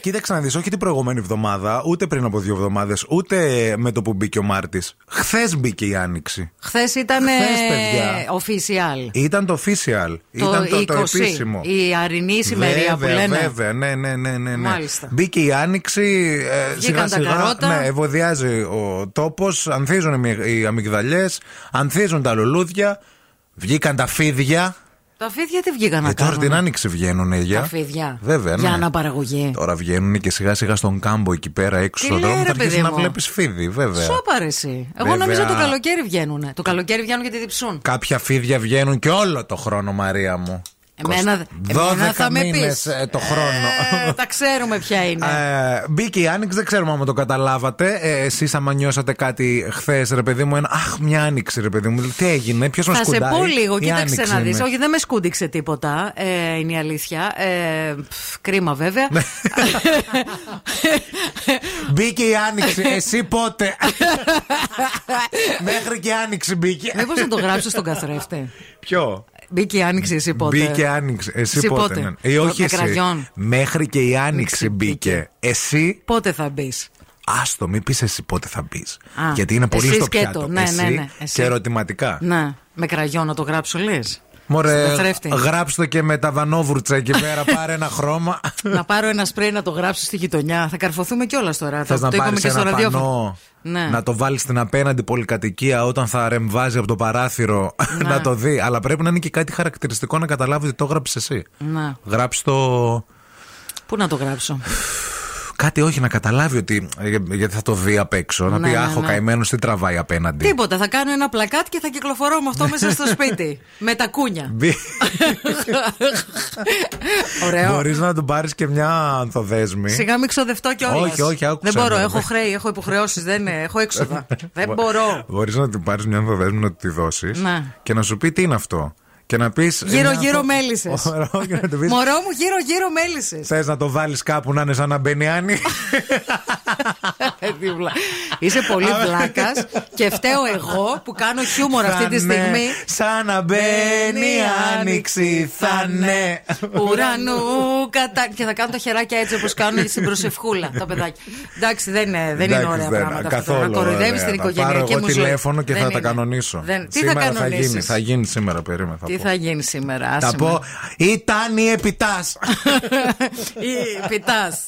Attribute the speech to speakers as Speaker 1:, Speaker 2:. Speaker 1: Κοίταξε να δεις, όχι την προηγούμενη εβδομάδα, ούτε πριν από δύο εβδομάδες, ούτε με το που μπήκε ο Μάρτης. Χθες μπήκε η Άνοιξη.
Speaker 2: Χθες ήταν
Speaker 1: Χθες, παιδιά.
Speaker 2: official.
Speaker 1: Ήταν το official. ήταν το, το
Speaker 2: 20,
Speaker 1: επίσημο.
Speaker 2: Η αρινή
Speaker 1: βέβαια,
Speaker 2: σημερία που λένε.
Speaker 1: Βέβαια, ναι, ναι, ναι. ναι, ναι.
Speaker 2: Μάλιστα.
Speaker 1: Μπήκε η άνοιξη. Ε, σιγά
Speaker 2: τα
Speaker 1: σιγά
Speaker 2: καρότα.
Speaker 1: ναι, ευωδιάζει ο τόπος. Ανθίζουν οι μυ- οι αμυγδαλιές, ανθίζουν τα λουλούδια. Βγήκαν τα φίδια.
Speaker 2: Τα φίδια τι βγήκαν
Speaker 1: Ε,
Speaker 2: να
Speaker 1: τώρα
Speaker 2: κάνουν.
Speaker 1: την άνοιξη βγαίνουν για.
Speaker 2: Τα φίδια.
Speaker 1: Βέβαια, ναι.
Speaker 2: Για αναπαραγωγή.
Speaker 1: Τώρα βγαίνουν και σιγά σιγά στον κάμπο εκεί πέρα έξω
Speaker 2: Τι
Speaker 1: στον
Speaker 2: λέει,
Speaker 1: δρόμο.
Speaker 2: ρε,
Speaker 1: Θα αρχίσει
Speaker 2: παιδί
Speaker 1: να
Speaker 2: μου.
Speaker 1: βλέπεις φίδι, βέβαια.
Speaker 2: Σόπα ρε εσύ. Εγώ
Speaker 1: Βέβαια.
Speaker 2: νόμιζα το καλοκαίρι βγαίνουν. Το καλοκαίρι βγαίνουν γιατί διψούν.
Speaker 1: Κάποια φίδια βγαίνουν και όλο το χρόνο, Μαρία μου.
Speaker 2: Εμένα, εμένα
Speaker 1: 12
Speaker 2: θα με
Speaker 1: μήνες,
Speaker 2: πεις.
Speaker 1: ε, το χρόνο.
Speaker 2: Ε, τα ξέρουμε ποια είναι.
Speaker 1: Ε, μπήκε η Άνοιξη, δεν ξέρουμε αν το καταλάβατε. Ε, Εσείς, άμα νιώσατε κάτι χθες, ρε παιδί μου, ένα Αχ, μια Άνοιξη, ρε παιδί μου. Τι έγινε, ποιος μα
Speaker 2: Θα σε
Speaker 1: κουντάει.
Speaker 2: πω λίγο,
Speaker 1: Η
Speaker 2: κοίταξε
Speaker 1: Άνοιξη
Speaker 2: να δεις.
Speaker 1: είναι.
Speaker 2: Όχι, δεν με σκούντιξε τίποτα. Ε, είναι η αλήθεια. Ε, πφ, κρίμα, βέβαια.
Speaker 1: Ναι. Μπήκε η Άνοιξη, εσύ πότε. Μέχρι και η Άνοιξη μπήκε.
Speaker 2: Μήπως Ε, να το γράψω στον καθρέφτη.
Speaker 1: Ποιο.
Speaker 2: Μπήκε η άνοιξη, εσύ πότε.
Speaker 1: Μπήκε Άνοιξη. Εσύ,
Speaker 2: Εσύ
Speaker 1: πότε.
Speaker 2: πότε.
Speaker 1: ναι. Ε, όχι
Speaker 2: Με
Speaker 1: εσύ.
Speaker 2: κραγιόν.
Speaker 1: Μέχρι και η Άνοιξη μπήκε.
Speaker 2: μπήκε.
Speaker 1: Εσύ
Speaker 2: Πότε θα μπεις.
Speaker 1: Άστο, μην πεις εσύ πότε θα μπεις.
Speaker 2: Α,
Speaker 1: Γιατί είναι πολύ
Speaker 2: εσύ
Speaker 1: στο
Speaker 2: σκέτο.
Speaker 1: πιάτο.
Speaker 2: Ναι, ναι,
Speaker 1: εσύ,
Speaker 2: ναι, εσύ. Ναι.
Speaker 1: και ερωτηματικά.
Speaker 2: Να, με κραγιόν να το γράψω, λες.
Speaker 1: Μωρέ,
Speaker 2: καθρέφτη.
Speaker 1: γράψτε και με τα βανόβουρτσα εκεί πέρα, πάρε ένα χρώμα.
Speaker 2: να πάρω ένα σπρέι να το γράψω στη γειτονιά. Θα καρφωθούμε κιόλας τώρα.
Speaker 1: Θες
Speaker 2: το
Speaker 1: να πάρεις
Speaker 2: είπαμε και στο
Speaker 1: ένα
Speaker 2: ραδιόφωνο.
Speaker 1: πανό,
Speaker 2: Ναι.
Speaker 1: να το βάλεις στην απέναντι πολυκατοικία όταν θα ρεμβάζει από το παράθυρο να.
Speaker 2: Ναι.
Speaker 1: το δει. Αλλά πρέπει να είναι και κάτι χαρακτηριστικό να καταλάβεις ότι το έγραψες εσύ.
Speaker 2: Να.
Speaker 1: Γράψει το.
Speaker 2: Ναι. Πού να το γράψω.
Speaker 1: Κάτι όχι, να καταλάβει ότι. ε, Γιατί θα το δει απ' έξω. να
Speaker 2: Ναι,
Speaker 1: πει
Speaker 2: ναι,
Speaker 1: Άχο,
Speaker 2: ναι.
Speaker 1: καημένος, τι τραβάει απέναντι.
Speaker 2: Τίποτα. Θα κάνω ένα πλακάτ και θα κυκλοφορώ με αυτό μέσα στο σπίτι. με τα κούνια.
Speaker 1: Μπει-
Speaker 2: Ωραίο.
Speaker 1: Μπορείς να του πάρεις και μια ανθοδέσμη.
Speaker 2: Σιγά μην ξοδευτώ κιόλας.
Speaker 1: Όχι, όχι, άκουσα ναι.
Speaker 2: Δεν μπορώ.
Speaker 1: με.
Speaker 2: Έχω χρέη, έχω υποχρεώσεις. Δεν έχω έξοδα. δεν μπορώ.
Speaker 1: Μπορείς να την πάρεις μια ανθοδέσμη να τη δώσεις
Speaker 2: Ναι.
Speaker 1: και να σου πει τι είναι αυτό. Και να ε, πει.
Speaker 2: Γύρω-γύρω μέλισσε.
Speaker 1: και να του πεις.
Speaker 2: Μωρό μου, γύρω-γύρω μέλισσες.
Speaker 1: Θες να το βάλεις κάπου να είναι σαν να μπαίνει Άννη.
Speaker 2: Τι βλα- Ε, Είσαι πολύ βλάκας και φταίω εγώ που κάνω χιούμορ αυτή τη
Speaker 1: Θα ναι,
Speaker 2: στιγμή.
Speaker 1: Σαν να μπαίνει η άνοιξη, θα ναι.
Speaker 2: Ουρανού κατά. Και θα κάνω τα χεράκια έτσι όπως κάνουν και στην προσευχούλα τα παιδάκια. Εντάξει, δεν είναι, δεν είναι
Speaker 1: Εντάξει,
Speaker 2: ωραία
Speaker 1: δεν-
Speaker 2: πράγματα. αυτά.
Speaker 1: καθόλου
Speaker 2: Να κοροϊδεύεις
Speaker 1: ωραία.
Speaker 2: την
Speaker 1: Θα πάρω
Speaker 2: οικογενειακή
Speaker 1: εγώ
Speaker 2: μου ζωή.
Speaker 1: τηλέφωνο και
Speaker 2: Δεν
Speaker 1: θα τα
Speaker 2: είναι.
Speaker 1: κανονίσω.
Speaker 2: Δεν- Τι θα
Speaker 1: σήμερα θα
Speaker 2: κανονίσει.
Speaker 1: γίνει, θα γίνει σήμερα περίμενα. Θα
Speaker 2: Τι
Speaker 1: πω.
Speaker 2: θα γίνει σήμερα,
Speaker 1: Θα
Speaker 2: άσε με.
Speaker 1: πω, ήταν η επιτάς.
Speaker 2: Ή Πιτάς.